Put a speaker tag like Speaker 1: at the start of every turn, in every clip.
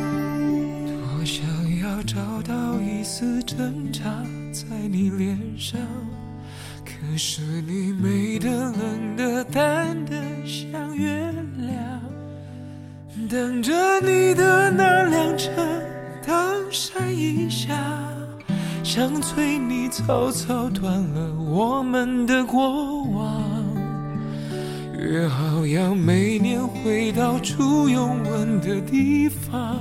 Speaker 1: 我想要找到一丝挣扎在你脸上，可是你美得冷得淡得像月亮。等着你的那辆车当闪一下，想催你草草断了我们的过往。约好要每年回到初拥吻的地方，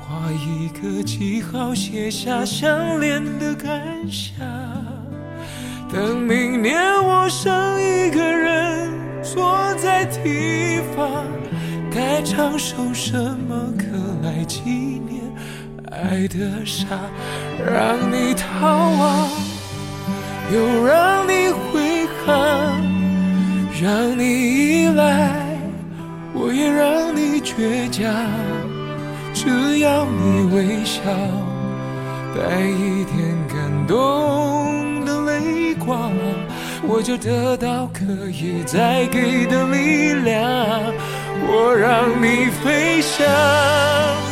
Speaker 1: 画一个记号，写下相恋的感想。等明年我剩一个人坐在堤防，该唱首什么歌来纪念爱的傻，让你逃亡，又让你回航。让你依赖，我也让你倔强。只要你微笑，带一点感动的泪光，我就得到可以再给的力量。我让你飞翔，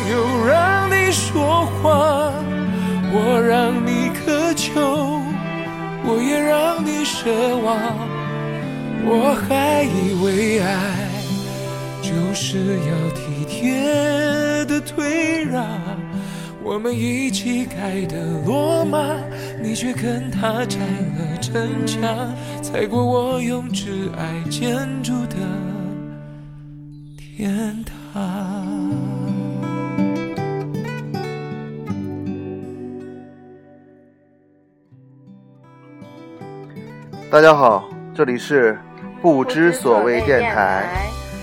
Speaker 1: 又让你说谎，我让你渴求，我也让你奢望。我还以为爱就是要体贴的退让，我们一起盖的罗马，你却跟他拆了城墙，踩过我用挚爱建筑的天堂。
Speaker 2: 大家好，这里是不知所谓电台，
Speaker 3: 台，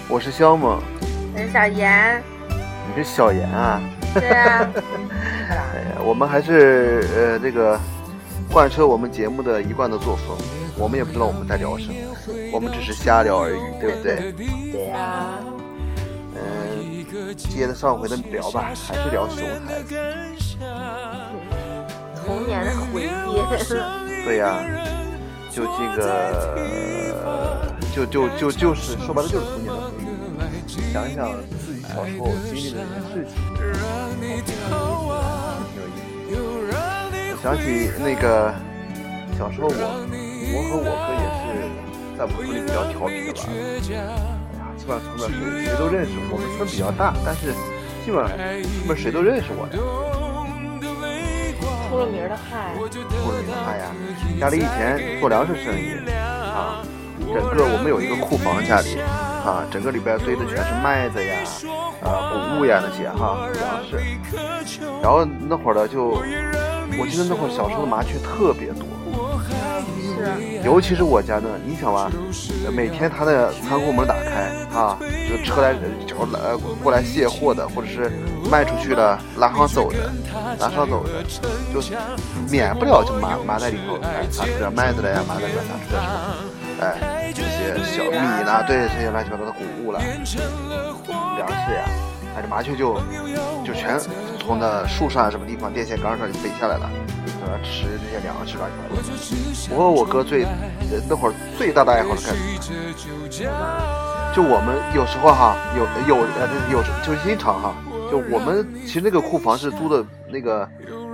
Speaker 2: 我是肖猛，
Speaker 3: 我是小严，
Speaker 2: 你是小严啊。
Speaker 3: 对啊，
Speaker 2: 哎呀，我们还是呃这个贯彻我们节目的一贯的作风，我们也不知道我们在聊什么，我们只是瞎聊而已，对不对？
Speaker 3: 对啊，
Speaker 2: 嗯、接着上回的聊吧，还是聊熊孩子。
Speaker 3: 童年的回忆，
Speaker 2: 对呀、就这个，呃就就就就是说白了就是童年的回忆，想一想自己小时候经历的那些事情，挺有意思的。我想起那个小时候我，我和我哥也是在我们村里比较调皮的吧，哎呀，基本上村里面谁谁都认识，我们村比较大，但是基本上村里谁都认识我呀。
Speaker 3: 出了名的害，
Speaker 2: 我的妈呀！家里以前做粮食生意啊，整个我们有一个库房，家里啊，整个里边堆的全是麦子呀、啊谷物呀那些哈粮食。然后那会儿呢，就我记得那会儿小时候的麻雀特别多，
Speaker 3: 是
Speaker 2: 尤其是我家那，你想吧，每天他的仓库门打开啊，就车来呃就来过来卸货的，或者是卖出去了拉上走的，拉上走的，就免不了就麻麻在里头，哎，撒出点麦子来呀，麻在里面撒出点什么，哎，这些小米啦，对，这些乱七八糟的谷物啦，粮食呀，哎，这麻雀就就全从那树上啊什么地方电线杆上就飞下来了，就在那吃这些粮食乱七八糟的。我和我哥最呃那会儿最大的爱好是干什么？就我们有时候哈，有有呃有时就经常哈，就我们其实那个库房是租的那个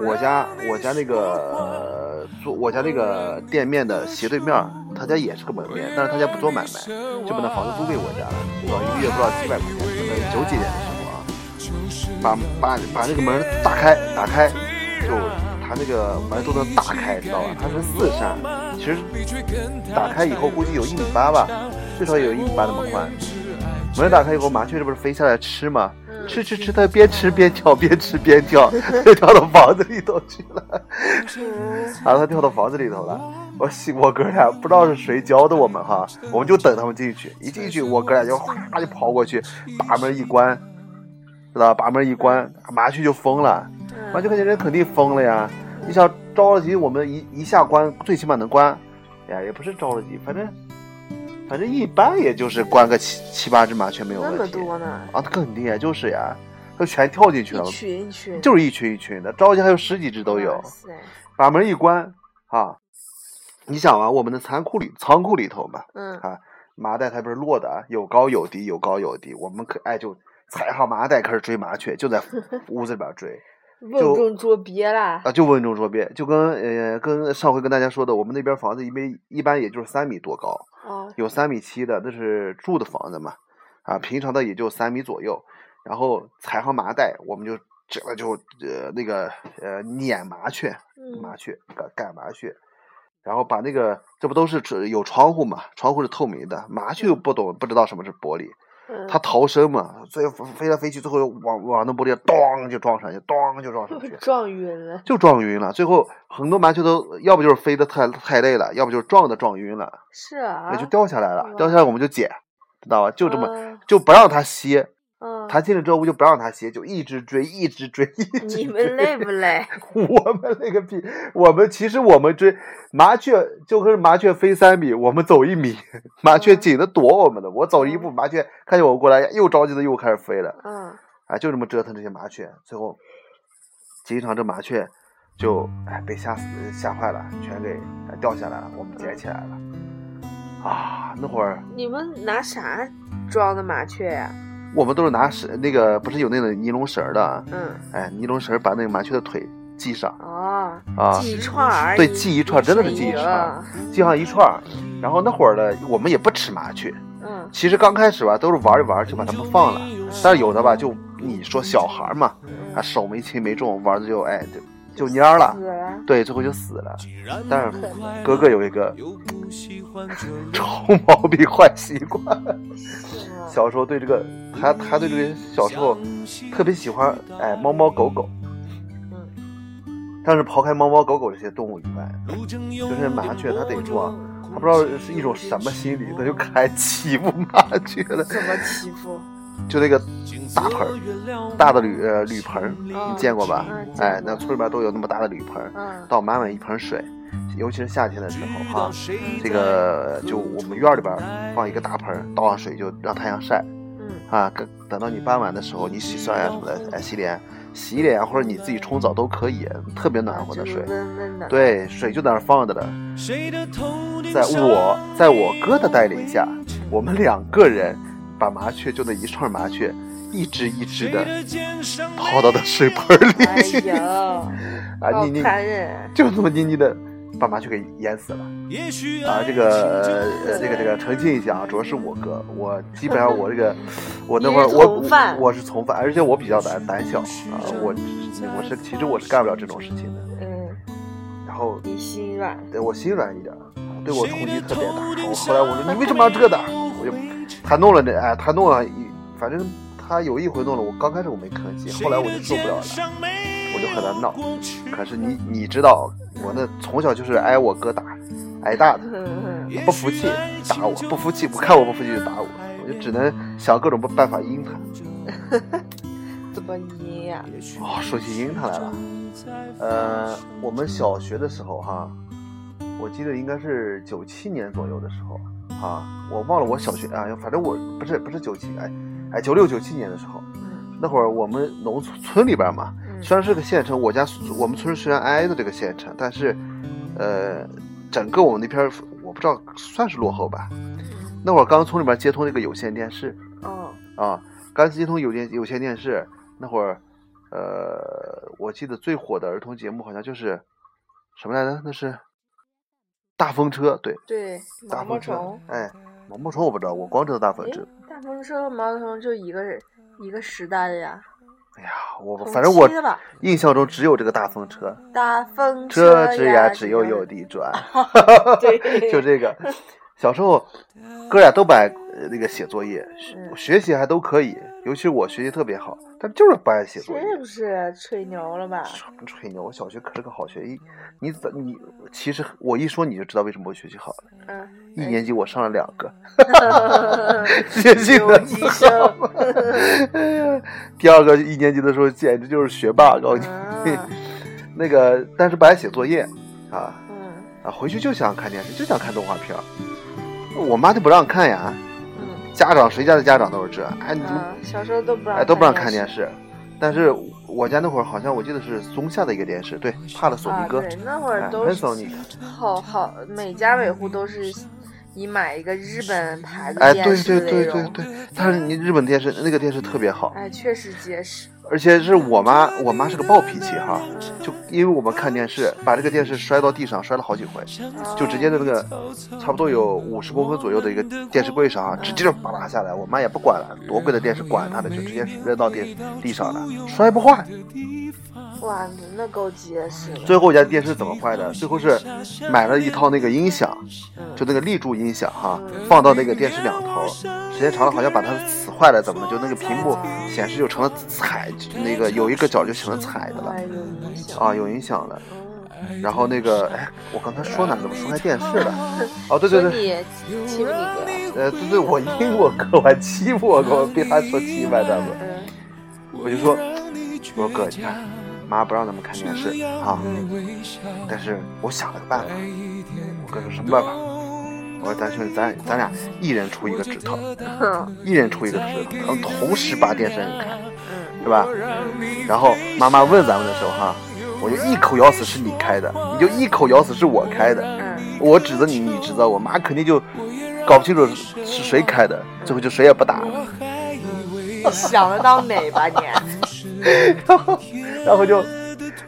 Speaker 2: 我家我家那个呃租我家那个店面的斜对面儿，他家也是个门面，但是他家不做买卖，就把那房子租给我家了，我一个月不知道几百块钱，那九几年的时候啊，把把把那个门打开，打开，就他那个门都能打开，知道吧？它是四扇，其实打开以后估计有一米八吧，最少有一米八那么宽。门打开以后，麻雀这不是飞下来吃吗？
Speaker 3: 嗯
Speaker 2: 吃吃吃，他边吃边跳，边吃边跳，就跳到房子里头去了。然后他跳到房子里头了。我信我哥俩不知道是谁教的我们哈，我们就等他们进去。一进去，我哥俩就哗就跑过去，把门一关，知道吧把门一关，麻雀就疯了。麻雀看见人肯定疯了呀！你想着了急，我们一一下关，最起码能关，哎呀，也不是着了急，反正反正一般也就是关个七七八只麻雀没有
Speaker 3: 那
Speaker 2: 问
Speaker 3: 么
Speaker 2: 题。
Speaker 3: 多呢，
Speaker 2: 啊，他更厉害就是呀，他全跳进去了
Speaker 3: 一，群一群
Speaker 2: 就是一群一群的，着急还有十几只都有
Speaker 3: 哇，塞
Speaker 2: 把门一关啊，你想啊，我们的仓库里仓库里头嘛，
Speaker 3: 嗯
Speaker 2: 啊，麻袋它不是落的啊，有高有低，有高有低，我们可哎就踩好麻袋开始追麻雀，就在屋子里边追
Speaker 3: 瓮中捉鳖啦，
Speaker 2: 啊，就瓮中捉鳖，就跟呃跟上回跟大家说的，我们那边房子一般一般也就是三米多高，
Speaker 3: 哦，
Speaker 2: 有三米七的，那是住的房子嘛，啊，平常的也就三米左右。然后踩上麻袋，我们就这个就呃那个呃撵麻雀，麻
Speaker 3: 嗯，
Speaker 2: 雀赶赶麻雀，然后把那个这不都是只有窗户嘛，窗户是透明的，麻雀又不懂不知道什么是玻璃，
Speaker 3: 嗯，
Speaker 2: 它逃生嘛，最后飞来飞去，最后往往那玻璃咚就撞上去，咚就撞上去
Speaker 3: 撞晕了，
Speaker 2: 就撞晕了。最后很多麻雀都要不就是飞得太太累了，要不就是撞的撞晕了。
Speaker 3: 是啊，
Speaker 2: 也就掉下来了，
Speaker 3: 哇
Speaker 2: 掉下来我们就捡，知道吧？就这么、
Speaker 3: 嗯
Speaker 2: 就不让他歇，
Speaker 3: 嗯，
Speaker 2: 他进了这屋就不让他歇，就一直追，一直追， 一直追。
Speaker 3: 你们累不累？
Speaker 2: 我们那个屁，我们其实我们追麻雀就跟麻雀飞三米，我们走一米，麻
Speaker 3: 嗯
Speaker 2: 雀紧的躲我们的，我走一步，麻雀看见我过来又着急的又开始飞了，
Speaker 3: 嗯，
Speaker 2: 啊，就这么折腾这些麻雀，最后经常这麻雀就哎被吓死吓坏了，全给哎掉下来了，我们捡起来了。啊，那会儿
Speaker 3: 你们拿啥装的麻雀呀？
Speaker 2: 我们都是拿绳，那个不是有那种尼龙绳儿的啊，
Speaker 3: 嗯，
Speaker 2: 哎，尼龙绳儿把那个麻雀的腿系上
Speaker 3: 哦，
Speaker 2: 啊，
Speaker 3: 系一串儿而已，
Speaker 2: 对，系一串儿，真的是系一
Speaker 3: 哎
Speaker 2: 串
Speaker 3: 呀
Speaker 2: 儿，，系上一串儿。然后那会儿呢，我们也不吃麻雀，
Speaker 3: 嗯，
Speaker 2: 其实刚开始吧，都是玩一玩就把它们放了，但是有的吧，就你说小孩儿嘛，啊，手没轻没重，玩的就哎就就蔫儿了
Speaker 3: 死，了，
Speaker 2: 对，最后就死了。但是
Speaker 1: 哥
Speaker 2: 哥
Speaker 1: 哥
Speaker 2: 哥有一个
Speaker 1: 又不喜欢这
Speaker 2: 臭毛病坏习惯，
Speaker 3: 是吗
Speaker 2: 小时候对这个他他对这个小时候特别喜欢哎猫猫狗狗，
Speaker 3: 嗯
Speaker 2: 但是刨开猫猫狗狗这些动物以外，
Speaker 1: 就
Speaker 2: 就是麻雀它得说，啊它不知道是一种什么心理，它就开始欺负麻雀了，
Speaker 3: 怎么欺负？
Speaker 2: 就那个大盆儿，
Speaker 1: 儿
Speaker 2: 大的铝呃铝盆儿，
Speaker 3: 嗯
Speaker 2: 你见过吧
Speaker 3: 嗯见？过
Speaker 2: 哎，那村里边都有那么大的铝盆儿，
Speaker 3: 嗯，
Speaker 2: 倒满满一盆水，尤其是夏天的时候哈、这
Speaker 1: 这
Speaker 2: 个就我们院儿里边儿放一个大盆儿，倒上水就让太阳晒
Speaker 3: 嗯
Speaker 2: 啊。跟等到你傍晚的时候，你洗涮呀什么的，哎，洗脸、洗脸或者你自己冲澡都可以，特别暖和的水
Speaker 3: 就是。温温的，，
Speaker 2: 对，水就在那儿放着的，在
Speaker 1: 在
Speaker 2: 我在我哥的带领下，我们两个人把麻雀就那一串麻雀，一只一只的
Speaker 1: 哦
Speaker 2: 泡到那水盆里
Speaker 3: 哎呀，
Speaker 2: 啊，
Speaker 3: 好
Speaker 2: 腻腻
Speaker 3: 残忍，
Speaker 2: 就那么腻腻的把麻雀给淹死了啊！这个呃呃这个这个澄清一下啊，主要是我哥，我基本上我 这个我那会儿
Speaker 3: 你是
Speaker 2: 我
Speaker 3: 从犯
Speaker 2: 我是从犯，而且我比较胆胆小啊，我我是其实我是干不了这种事情的，
Speaker 3: 嗯，
Speaker 2: 然后
Speaker 3: 你心软，
Speaker 2: 对我心软一点儿，啊对我冲击特别大。我后
Speaker 1: 后
Speaker 2: 来
Speaker 1: 来
Speaker 2: 我
Speaker 1: 我
Speaker 2: 说
Speaker 1: 说
Speaker 2: 你
Speaker 1: 你
Speaker 2: 为
Speaker 1: 为
Speaker 2: 什
Speaker 1: 什
Speaker 2: 么
Speaker 1: 么要
Speaker 2: 要这
Speaker 1: 这
Speaker 2: 的
Speaker 1: 的？？
Speaker 2: 我
Speaker 1: 我
Speaker 2: 就
Speaker 1: 就
Speaker 2: 他弄了这哎，他弄了一，反正他有一回弄了我，刚开始我没吭气，
Speaker 1: 后
Speaker 2: 后来
Speaker 1: 来
Speaker 2: 我
Speaker 1: 我
Speaker 2: 就
Speaker 1: 就
Speaker 2: 受
Speaker 1: 受
Speaker 2: 不
Speaker 1: 不了
Speaker 2: 了了
Speaker 1: 了，，
Speaker 2: 我
Speaker 1: 我就
Speaker 2: 就和
Speaker 1: 和
Speaker 2: 他
Speaker 1: 他
Speaker 2: 闹
Speaker 1: 闹。
Speaker 2: 可
Speaker 1: 可
Speaker 2: 是
Speaker 1: 是
Speaker 2: 你
Speaker 1: 你
Speaker 2: 你知道，我那从小就是挨我哥打，挨大的，
Speaker 3: 嗯
Speaker 2: 不服气打我，不服气不看我不服气就打我，我就只能想各种办法阴他。
Speaker 3: 嗯，怎么赢呀？
Speaker 2: 哦，说起阴他来了，呃，我们小学的时候哈，我记得应该是九七年左右的时候啊，我忘了我小学啊，反正我不是不是九七，哎哎九六九七年的时候，
Speaker 3: 嗯
Speaker 2: 那会儿我们农村村里边嘛，
Speaker 3: 嗯
Speaker 2: 虽然是个县城，我家我们村虽然挨着这个县城，但是，呃，整个我们那片儿我不知道算是落后吧。那会儿刚从里边接通那个有线电视
Speaker 3: 哦，
Speaker 2: 啊，刚接通有线有线电视，那会儿，呃，我记得最火的儿童节目好像就是什么来着？那是大风车，对，
Speaker 3: 对，
Speaker 2: 大
Speaker 3: 毛毛
Speaker 2: 风车
Speaker 3: 虫，，嗯
Speaker 2: 哎，毛毛虫我不知道，我光知道大风
Speaker 3: 哎
Speaker 2: 车。，
Speaker 3: 大风车和毛毛虫就一个人一个时代的呀，
Speaker 2: 哎呀，我
Speaker 3: 同
Speaker 2: 反正我
Speaker 3: 期的吧
Speaker 2: 印象中只有这个大风车。
Speaker 3: 大风
Speaker 2: 这枝
Speaker 3: 呀
Speaker 2: 桠只有有地 转，
Speaker 3: 对
Speaker 2: 就这个。
Speaker 3: 嗯
Speaker 2: 小时候，哥俩都不爱呃那个写作业，学学习还都可以，尤其是我学习特别好，但就是不爱写作业。
Speaker 3: 这不是吹牛了吧？
Speaker 2: 什么吹牛？我小学可是个好学生，你怎你其实我一说你就知道为什么我学习好了。
Speaker 3: 嗯，
Speaker 2: 一年级我上了两个，学习
Speaker 3: 留
Speaker 2: 的
Speaker 3: 级生。
Speaker 2: 第二个一年级的时候简直就是学霸，告诉你。
Speaker 3: 啊
Speaker 2: 那个，但是不爱写作业啊
Speaker 3: 嗯
Speaker 2: 啊，回去就想看电视，就想看动画片儿，我妈就不让看呀。
Speaker 3: 嗯
Speaker 2: 家长谁家的家长都是这，哎你怎么
Speaker 3: 嗯，小时候都不让
Speaker 2: 哎，都不让看
Speaker 3: 电
Speaker 2: 电视。但是我家那会儿好像我记得是松下的一个电视，对，帕了索尼
Speaker 3: 啊，
Speaker 2: 哥，
Speaker 3: 对，那会
Speaker 2: 哎
Speaker 3: 儿都
Speaker 2: 很
Speaker 3: 是
Speaker 2: 索尼。
Speaker 3: 好好，每家每户都是以买一个日本牌子
Speaker 2: 哎，
Speaker 3: 电
Speaker 2: 对对
Speaker 3: 视为
Speaker 2: 对
Speaker 3: 荣。
Speaker 2: 对对，但是你日本电视那个电视特别好，
Speaker 3: 哎，确实结实。
Speaker 2: 而且是我妈，我妈是个暴脾气哈，就因为我们看电视，把这个电视摔到地上，摔了好几回，就直接在那个差不多有五十公分左右的一个电视柜上啊，直接就扒拉下来，我妈也不管了，多贵的电视管她的，就直接扔到电地上了，摔不坏。
Speaker 3: 哇，那够结实的。
Speaker 2: 最后一家电视怎么坏的？最后是买了一套那个音响，就那个立柱音响哈，放到那个电视两头，时间长了好像把它呲坏了，怎么的？就那个屏幕显示就成了彩，那个有一个角就成了彩的了
Speaker 3: 哎，有影响。
Speaker 2: 啊，有影响了。然后那个，哎，我刚才说哪？怎么说开电视了？哦，对对对，
Speaker 3: 对，你欺负你哥。
Speaker 2: 呃，对对，我英国课我还欺负我哥，我被他说欺负了，咱们
Speaker 3: 嗯，
Speaker 2: 我就说，我说哥，你看，妈不让咱们看电视啊，但是我想了个办法。我哥说什么办法？我说咱兄弟，咱咱俩一人出一个指头，
Speaker 3: 啊哼
Speaker 2: 一人出一个指头，咱们同时把电视摁开，
Speaker 3: 嗯，
Speaker 2: 是吧？然后妈妈问咱们的时候哈，我就一口咬死是你开的，你就一口咬死是我开的，
Speaker 3: 嗯，
Speaker 2: 我指责你，你指责我，妈肯定就搞不清楚是谁开的，最后就谁也不打了，
Speaker 3: 你 想得到美 吧你？
Speaker 2: 然后 然后就。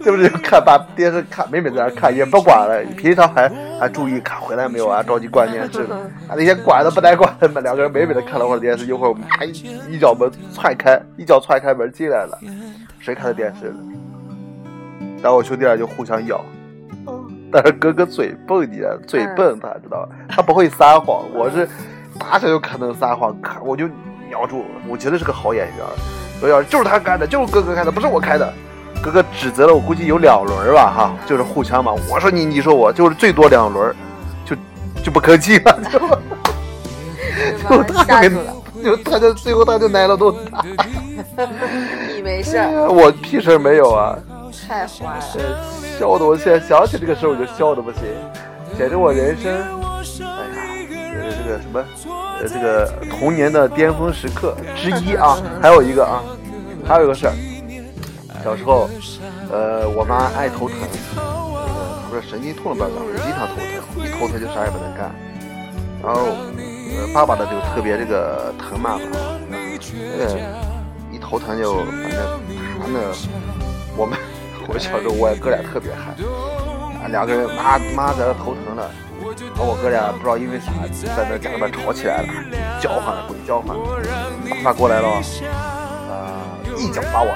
Speaker 2: 对不对？就看把电视看，每每在那儿看，也不管了。平常还还注意看回来没有啊，着急关电视。啊，那些管都不带管的嘛，两个人美美的看了会儿电视，一会儿啪一一脚门踹开，一脚踹开门进来了，谁看的电视了？然后我兄弟俩就互相咬，
Speaker 3: 哦
Speaker 2: 但是哥哥嘴笨，你知道嘴
Speaker 3: 嗯
Speaker 2: 笨他知道吧？他不会撒谎，我是打小就可能撒谎，咔我就咬住，我绝对是个好演员。我要就是他干的，就是哥哥开的，不是我开的。哥哥指责了我，估计有两轮儿吧，哈，就是互相嘛。我说你，你说我，就是最多两轮儿，就就不客气 了。就他就
Speaker 3: 就把他吓住
Speaker 2: 给
Speaker 3: 了，，
Speaker 2: 就他就最后他就挨了顿打。哎
Speaker 3: 你没事儿，
Speaker 2: 我屁事儿没有啊，
Speaker 3: 太坏了。
Speaker 2: 笑的我现在想起这个事儿我就笑的不行，简直我人生，哎呀，这个这个什么，呃，这个童年的巅峰时刻之一啊。还有一个啊，还有一个事儿，小时候，呃，我妈爱头疼，那个她不是神经痛了吧？老是经常头疼，一头疼就啥也不能干。然后，呃，爸爸呢就特别这个疼妈妈，那个一头疼就反正他呢，我们 我小时候我哥俩特别嗨，啊两个人妈妈在那头疼了，然后我哥俩不知道因为啥在那家里面吵起来了，叫唤了鬼叫唤，爸过来了，呃一脚把我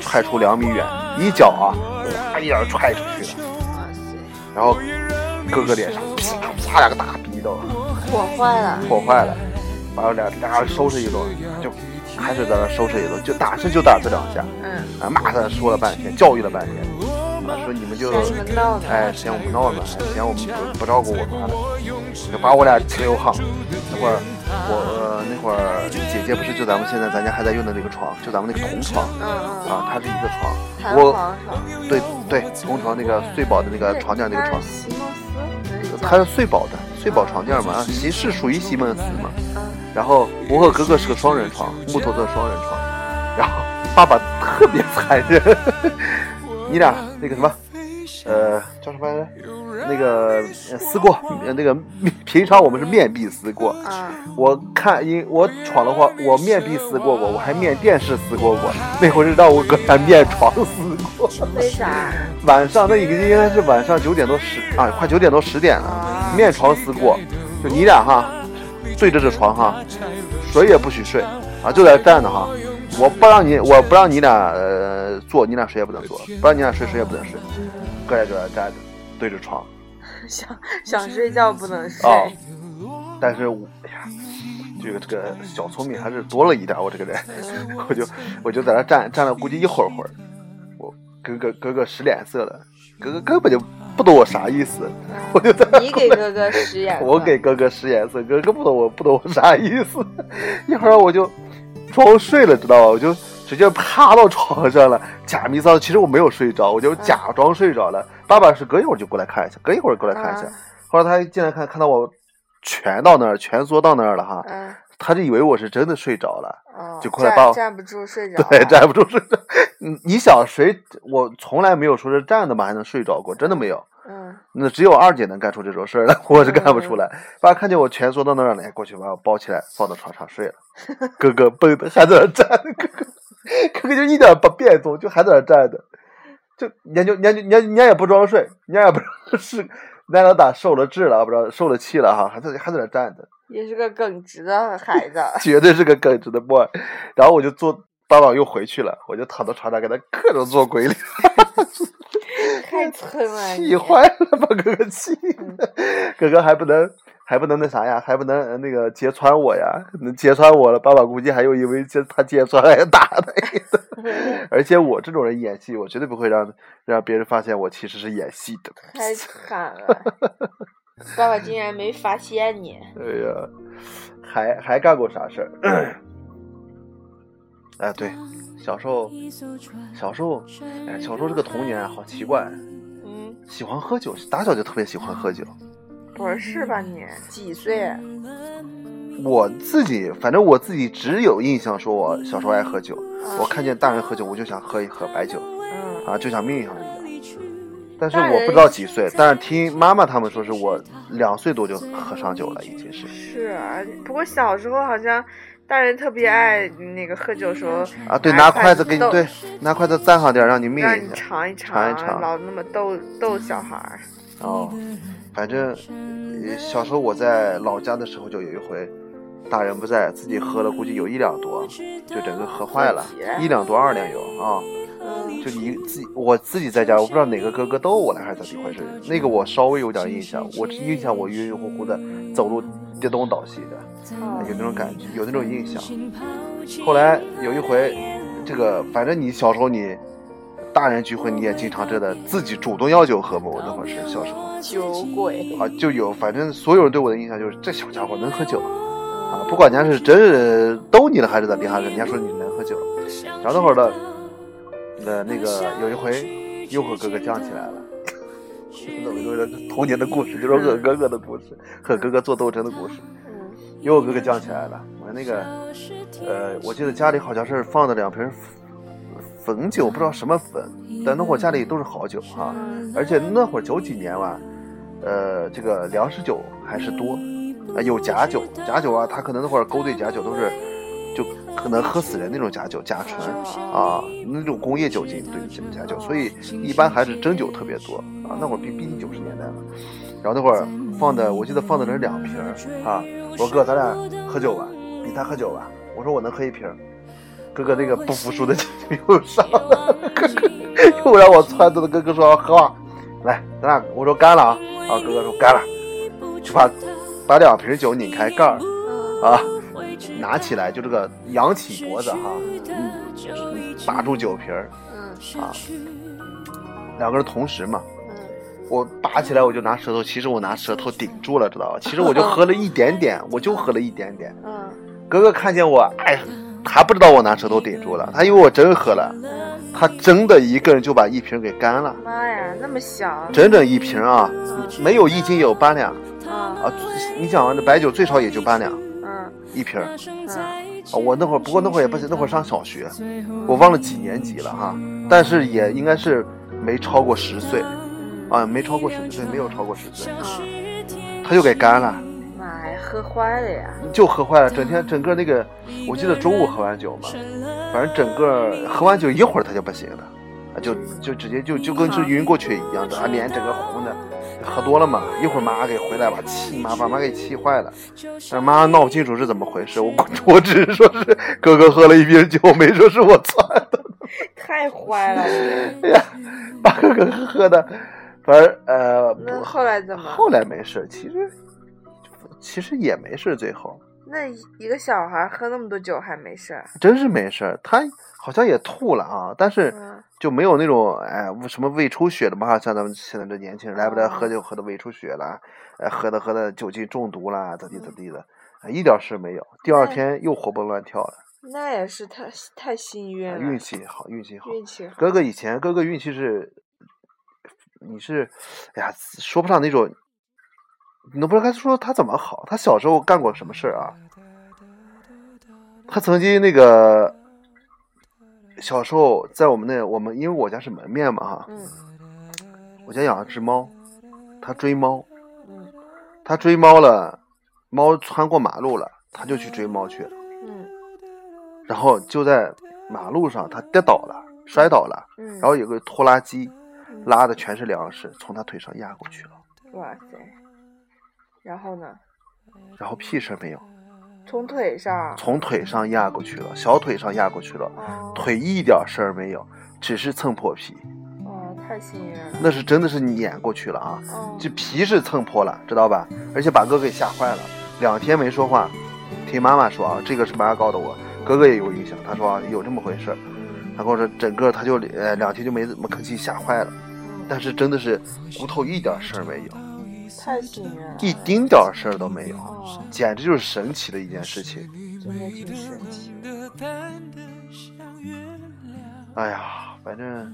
Speaker 2: 踹出两米远，一脚啊，哗一脚踹出去了，
Speaker 3: 哇塞，
Speaker 2: 然后哥哥脸上啪啪两个大逼斗。
Speaker 3: 火坏了。
Speaker 2: 破坏了，把我俩俩人收拾一顿，就还是在那收拾一顿，就打是就打这两下，
Speaker 3: 嗯，
Speaker 2: 啊骂他说了半天，教育了半天，啊说你们就
Speaker 3: 嫌你们闹呢
Speaker 2: 哎嫌我们闹呢，哎嫌我们不不照顾我妈呢，就把我俩给我好。那会儿我、呃、那会儿姐姐不是就咱们现在咱家还在用的那个床，就咱们那个铜床
Speaker 3: 嗯嗯，
Speaker 2: 啊，它是一个床，
Speaker 3: 弹
Speaker 2: 我
Speaker 3: 簧床。
Speaker 2: 对对铜床那个最薄的那个床垫那个床
Speaker 3: 它。是席梦思还
Speaker 2: 它
Speaker 3: 是叫
Speaker 2: 是穗宝的，穗宝床垫嘛，啊其实属于席梦思嘛。
Speaker 3: 嗯
Speaker 2: 然后我和哥哥是个双人床，木头的双人床。然后爸爸特别残忍， 你俩那个什么，呃，叫什么来着？那个呃思过，呃那个 平常我们是面壁思过。
Speaker 3: 啊，
Speaker 2: 我看，因我闯了祸，我面壁思过我，我还面电视思过我。那会儿是让我哥俩面床思过。
Speaker 3: 为啥？
Speaker 2: 晚上那已经应该是晚上九点多十啊，快九点多十点了
Speaker 3: 啊，
Speaker 2: 面床思过，就你俩哈，对着这床哈，谁也不许睡啊，就在这站着哈，我不让你，我不让你俩呃坐，你俩谁也不能坐，不让你俩睡，谁也不能睡，哥俩就在这站着，对着床
Speaker 3: 想想睡觉不能睡。
Speaker 2: 哦啊，但是我哎呀，这个这个小聪明还是多了一点儿。我这个人， 我就我就在那站站了，估计一会儿会儿，我哥哥哥哥使脸色的，哥哥根本就不懂我啥意思，我就在那
Speaker 3: 嗯你给哥哥使眼 色，
Speaker 2: 我给哥哥使眼色，哥哥不懂我不懂我啥意思， 一会儿我就装睡了，知道吧？我就直接趴到床上了，假迷骚。其实我没有睡着，我就假装睡着了。爸爸是隔一会儿就过来看一下，隔一会儿过来看一下。
Speaker 3: 啊
Speaker 2: 后来他一进来看，看到我全到那儿，全缩到那儿了哈，
Speaker 3: 嗯
Speaker 2: 他就以为我是真的睡着了，
Speaker 3: 哦，
Speaker 2: 就过来
Speaker 3: 站
Speaker 2: 把我
Speaker 3: 站不住睡着了，
Speaker 2: 对， 站不住睡着。你你想谁？我从来没有说是站着嘛还能睡着过，真的没有。
Speaker 3: 嗯
Speaker 2: 那只有二姐能干出这种事儿来，我是干不出来。爸看见我蜷缩到那儿了，哎，过去把我抱起来，放到床上睡了。哥哥蹦的还在那站着，哥哥哥哥就一点不变动，就还在那站着，就人就人就人人家也不装睡，人家也不装 是，那老打受了治了，不知道受了气了哈，还在还在那站着，
Speaker 3: 也是个耿直的 孩子，
Speaker 2: 绝对是个耿直的 boy。然后我就坐，爸爸又回去了，我就躺到床上给他各种做鬼脸。
Speaker 3: 太坑了你，
Speaker 2: 气坏了，把哥哥气的， 哥哥还不能还不能那啥呀，还不能呃那个揭穿我呀，能揭穿我了，爸爸估计还又因为揭他揭穿还打他一顿。 而且我这种人演戏，我绝对不会让让别人发现我其实是演戏的。
Speaker 3: 太惨了，爸爸竟然没发现你，
Speaker 2: 哎呀，还还干过啥事儿？ 哎，对，小时候小时候，哎，小时候这个童年啊好奇怪，
Speaker 3: 嗯，
Speaker 2: 喜欢喝酒，打小就特别喜欢喝酒。
Speaker 3: 不是吧你几岁？啊
Speaker 2: 我自己，反正我自己只有印象，说我小时候爱喝酒，
Speaker 3: 啊
Speaker 2: 我看见大人喝酒，我就想喝一喝白酒
Speaker 3: 嗯，
Speaker 2: 啊，就像命一样一样。但是
Speaker 3: 大人
Speaker 2: 我不知道几岁，但是听妈妈他们说，是我两岁多就喝上酒了，已经是
Speaker 3: 是啊，不过小时候好像大人特别爱那个喝酒时候
Speaker 2: 啊，对，拿筷子给你
Speaker 3: 豆
Speaker 2: 对，拿筷子蘸上点，让你命
Speaker 3: 让
Speaker 2: 一
Speaker 3: 你
Speaker 2: 下。
Speaker 3: 尝一
Speaker 2: 尝一尝
Speaker 3: 老那么逗逗小孩儿。
Speaker 2: 哦，
Speaker 3: 嗯
Speaker 2: 反正呃小时候我在老家的时候，就有一回，大人不在，自己喝了，估计有一两多，就整个喝坏了
Speaker 3: 自己，
Speaker 2: 一两多二两有啊。
Speaker 3: 嗯，
Speaker 2: 就你自己，我自己在家，我不知道哪个哥哥逗我了还是咋地回事。那个我稍微有点印象，我只印象我晕晕乎乎的，走路跌东倒西的，啊
Speaker 3: 哦
Speaker 2: 有那种感觉，有那种印象。后来有一回，这个反正你小时候你大人聚会你也经常这的，自己主动要酒喝嘛。我那会儿是小时候
Speaker 3: 酒鬼，
Speaker 2: 啊，就有反正所有人对我的印象就是这小家伙能喝酒啊，不管人家是真是逗你了还是咋地，还是人家说你能喝酒。然后那会儿呢，呃，那个有一回又和哥哥犟起来了。 怎么说呢？童年的故事，就是和哥哥的故事，和哥哥做斗争的故事。
Speaker 3: 嗯，
Speaker 2: 又和哥哥犟起来了。我那个，呃，我记得家里好像是放了两瓶汾酒，不知道什么汾，但那会儿家里都是好酒哈、而且那会儿九几年吧，呃，这个粮食酒还是多，啊、有假酒，假酒啊，他可能那会儿勾兑假酒都是，就可能喝死人那种假酒，甲醇啊，那种工业酒精对假酒，所以一般还是真酒特别多啊。那会儿毕毕竟九十年代嘛，然后那会儿放的，我记得放的是两瓶儿啊。我哥，咱俩喝酒吧，比他喝酒吧。我说我能喝一瓶儿。哥哥那个不服输 的劲又上来了，哥哥 又让我撺掇的哥哥说喝吧，来，咱俩我说干了啊，
Speaker 1: 嗯
Speaker 2: 啊，哥哥说干了，就把把两瓶酒拧开盖儿
Speaker 3: 嗯
Speaker 2: 啊，拿起来就这个扬起脖子哈、嗯，把住酒瓶儿
Speaker 3: 嗯
Speaker 2: 啊，两个人同时嘛，
Speaker 3: 嗯，
Speaker 2: 我拔起来我就拿舌头，其实我拿舌头顶住了，知道吧？其实我就喝了一点点，我就喝了一点点。
Speaker 3: 嗯，
Speaker 2: 哥哥看见我，哎，还不知道我拿舌头顶住了，他以为我真喝了，他真的一个人就把一瓶给干了，
Speaker 3: 妈呀，那么小，
Speaker 2: 整整一瓶啊，没有一斤有八两
Speaker 3: 嗯
Speaker 2: 啊。你想啊，那白酒最少也就八两
Speaker 3: 嗯
Speaker 2: 一瓶啊。
Speaker 3: 嗯，
Speaker 2: 我那会儿，不过那会儿也不行，那会儿上小学，我忘了几年级了哈，但是也应该是没超过十岁啊，没超过十岁，对，没有超过十岁，
Speaker 3: 嗯，
Speaker 2: 他就给干了。
Speaker 3: 妈呀，喝坏了呀，
Speaker 2: 就喝坏了，整天整个那个，我记得中午喝完酒嘛，反正整个喝完酒一会儿他就不行了，啊就就直接就就跟是晕过去一样的，啊脸整个红的，喝多了嘛，一会儿妈给回来把气妈把妈给气坏了，让哎妈闹不清楚是怎么回事，我我只是说是哥哥喝了一瓶酒，没说是我窜的，
Speaker 3: 太坏了你，
Speaker 2: 把哥哥喝的，反正呃
Speaker 3: 那
Speaker 2: 不
Speaker 3: 后来怎么？
Speaker 2: 后来没事，其实其实也没事，最后。
Speaker 3: 那一个小孩喝那么多酒还没事儿，
Speaker 2: 真是没事儿。他好像也吐了啊，但是
Speaker 3: 嗯
Speaker 2: 就没有那种哎什么胃出血了嘛，像咱们现在这年轻人来不来喝
Speaker 3: 嗯
Speaker 2: 就喝的胃出血了，哎喝的喝的酒精中毒啦，咋地咋地的，哎一点事没有。第二
Speaker 3: 嗯那
Speaker 2: 天又活蹦乱跳了，
Speaker 3: 那也是太太幸运
Speaker 2: 哎
Speaker 3: 了，
Speaker 2: 运气好，运气好。
Speaker 3: 运气好。
Speaker 2: 哥哥以前哥哥运气是，你是，哎呀，说不上那种，你都不知道该说他怎么好。他小时候干过什么事儿啊？他曾经那个小时候在我们那我们因为我家是门面嘛哈，
Speaker 3: 嗯
Speaker 2: 我家养了只猫，他追猫，
Speaker 3: 嗯
Speaker 2: 他追猫了，猫穿过马路了，他就去追猫去了，
Speaker 3: 嗯
Speaker 2: 然后就在马路上他跌倒了，摔倒了，
Speaker 3: 嗯，
Speaker 2: 然后有个拖拉机拉的全是粮食，从他腿上压过去了，
Speaker 3: 哇塞，然后呢？
Speaker 2: 然后屁事儿没有，
Speaker 3: 从腿上，
Speaker 2: 从腿上压过去了，小腿上压过去了，
Speaker 3: 哦
Speaker 2: 腿一点事儿没有，只是蹭破皮，
Speaker 3: 哦，太幸运了。
Speaker 2: 那是真的是碾过去了啊，
Speaker 3: 哦，
Speaker 2: 这皮是蹭破了，知道吧？而且把哥哥给吓坏了，两天没说话。听妈妈说啊，这个是妈妈告的我，哥哥也有影响，他说啊有这么回事儿，
Speaker 3: 嗯
Speaker 2: 他跟我说整个他就呃两天就没怎么吭气，吓坏了，
Speaker 3: 嗯
Speaker 2: 但是真的是骨头一点事儿没有，
Speaker 3: 太幸运了，
Speaker 2: 一丁点儿事儿都没有。
Speaker 3: 哦，
Speaker 2: 简直就是神奇的一件事情。
Speaker 3: 真的挺神奇。
Speaker 2: 哎呀，反正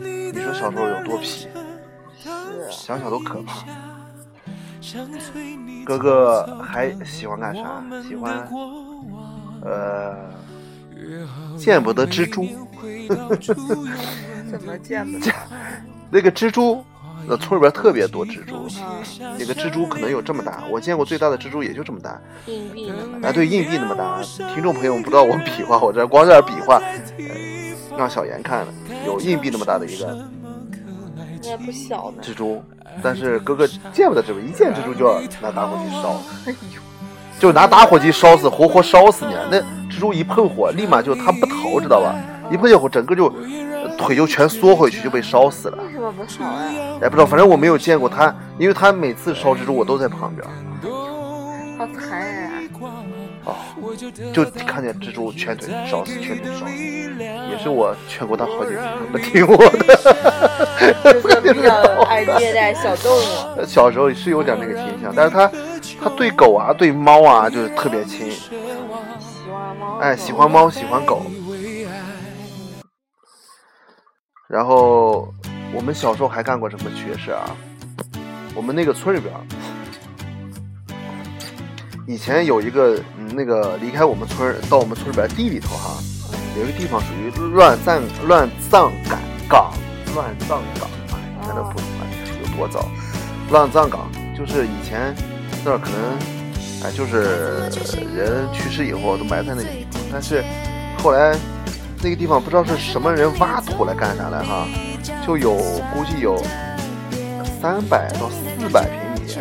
Speaker 1: 你
Speaker 2: 说小时候有多皮，
Speaker 3: 是
Speaker 2: 想想都可怕。
Speaker 1: 哥哥
Speaker 2: 哥哥
Speaker 1: 还
Speaker 2: 还
Speaker 1: 喜
Speaker 2: 喜
Speaker 1: 欢干
Speaker 2: 欢干
Speaker 1: 啥
Speaker 2: 啥？
Speaker 1: 喜
Speaker 2: 喜
Speaker 1: 欢
Speaker 2: 欢呃，
Speaker 1: 见不得蜘蛛，
Speaker 3: 怎么见 不得？
Speaker 2: 那个蜘蛛，那村里边特别多蜘蛛，
Speaker 3: 啊，
Speaker 2: 那个蜘蛛可能有这么大，我见过最大的蜘蛛也就这么大，
Speaker 3: 硬币呢嘛？
Speaker 2: 哎，对，硬币那么大。听众朋友们不知道我比划，我这光这比划，呃让小严看了，有硬币那么大的一个
Speaker 3: 那也不小呢。
Speaker 2: 蜘蛛，但是哥哥见不得蜘蛛，一见蜘蛛就要拿打火机烧，就拿打火机烧死，活活烧死你了。啊那蜘蛛一碰火，立马就它不逃，知道吧？一碰见火，整个就呃腿就全缩回去，就被烧死了。
Speaker 3: 为什么不好呀？
Speaker 2: 哎，不知道，反正我没有见过它，因为它每次烧蜘蛛我都在旁边，
Speaker 3: 好残忍啊！
Speaker 2: 哦，就看见蜘蛛全腿烧死，全腿烧死，也是我劝过他好几次，他不听我的。
Speaker 3: 就是比较爱虐待小动物。
Speaker 2: 小时候是有点那个倾向，但是他他对狗啊、对猫啊 就是特别亲，
Speaker 3: 喜欢 猫，
Speaker 2: 哎，喜欢猫，喜欢狗。然后我们小时候还干过什么绝事啊？我们那个村里边儿，以前有一个、嗯、那个离开我们村儿到我们村里边儿地里头哈，有一个地方属于乱葬乱葬岗岗乱葬岗，哎，你看那普通话哎有多糟？乱葬岗就是以前那儿可能哎就是人去世以后都埋在那里，但是后来那个地方不知道是什么人挖土来干啥来哈，就有估计有三百到四百平米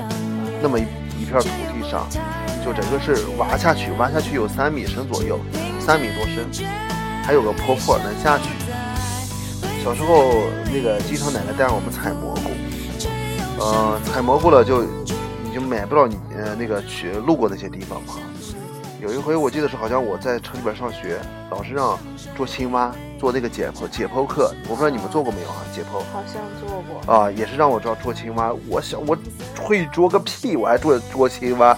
Speaker 2: 那么一一片土地上，就整个是挖下去，挖下去有三米深左右，三米多深，还有个坡坡能下去。小时候那个经常奶奶带着我们采蘑菇，呃，采蘑菇了就你就买不到你呃那个去路过那些地方嘛。有一回我记得是好像我在城里边上学，老师让捉青蛙，做那个解剖解剖课，我不知道你们做过没有啊？解剖。
Speaker 3: 好像做过。
Speaker 2: 啊，也是让我捉捉青蛙。我想我会捉个屁，我还捉捉青蛙，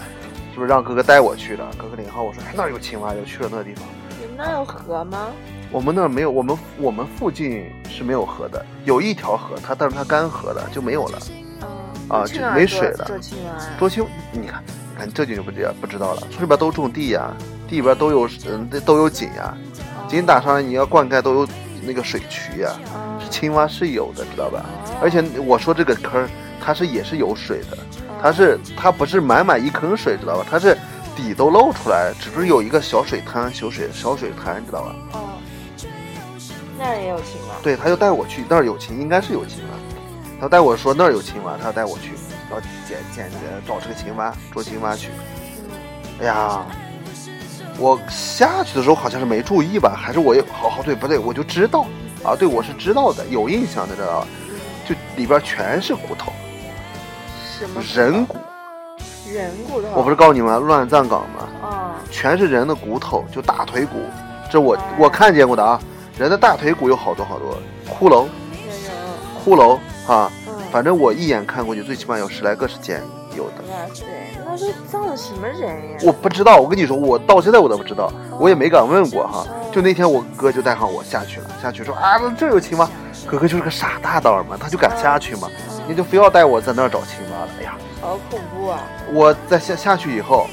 Speaker 2: 就是让哥哥带我去的。哥哥领号，我说哎那儿有青蛙，就去了那个地方。
Speaker 3: 你们那儿有河吗？
Speaker 2: 我们那儿没有，我们我们附近是没有河的，有一条河，它但是它干涸了就没有了。
Speaker 3: 嗯。
Speaker 2: 啊
Speaker 3: 你去
Speaker 2: 就
Speaker 3: 哪儿
Speaker 2: 没
Speaker 3: 捉
Speaker 2: 水了
Speaker 3: 捉青蛙啊。
Speaker 2: 捉青，你看你看这就不知不知道了，村里边都种地呀、地里边都有嗯都有井呀、
Speaker 3: 哦
Speaker 2: 井打上来你要灌溉都有那个水渠呀、
Speaker 3: 嗯
Speaker 2: 青蛙是有的，知道吧？而且我说这个坑儿，它是也是有水的，它是它不是满满一坑水，知道吧？它是底都露出来，只是有一个小水滩、小水小水潭，知道吧？
Speaker 3: 哦，那儿也有青蛙。
Speaker 2: 对，他就带我去那儿有青，应该是有青蛙。他带我说那儿有青蛙，他带我去，然后捡捡呃找这个青蛙，捉青蛙去。哎呀，我下去的时候好像是没注意吧，还是我也好好对不对？我就知道啊，对我是知道的，有印象的，知道吧？就里边全是骨头，
Speaker 3: 什么？
Speaker 2: 人骨，
Speaker 3: 人骨头。
Speaker 2: 我不是告诉你们乱葬岗吗？
Speaker 3: 啊、
Speaker 2: 全是人的骨头，就大腿骨，这我我看见过的啊。人的大腿骨有好多好多，骷髅，
Speaker 3: 人人，
Speaker 2: 骷髅哈、
Speaker 3: 嗯，
Speaker 2: 反正我一眼看过去，最起码有十来个是捡有的。
Speaker 3: 哇塞，那都葬的什么人呀？
Speaker 2: 我不知道，我跟你说，我到现在我都不知道，我也没敢问过哈。就那天我哥就带上我下去了，下去说啊，那这有青蛙，哥哥就是个傻大胆儿嘛，他就敢下去嘛，你就非要带我在那儿找青蛙了。哎呀，
Speaker 3: 好恐怖啊！
Speaker 2: 我在下下去以后，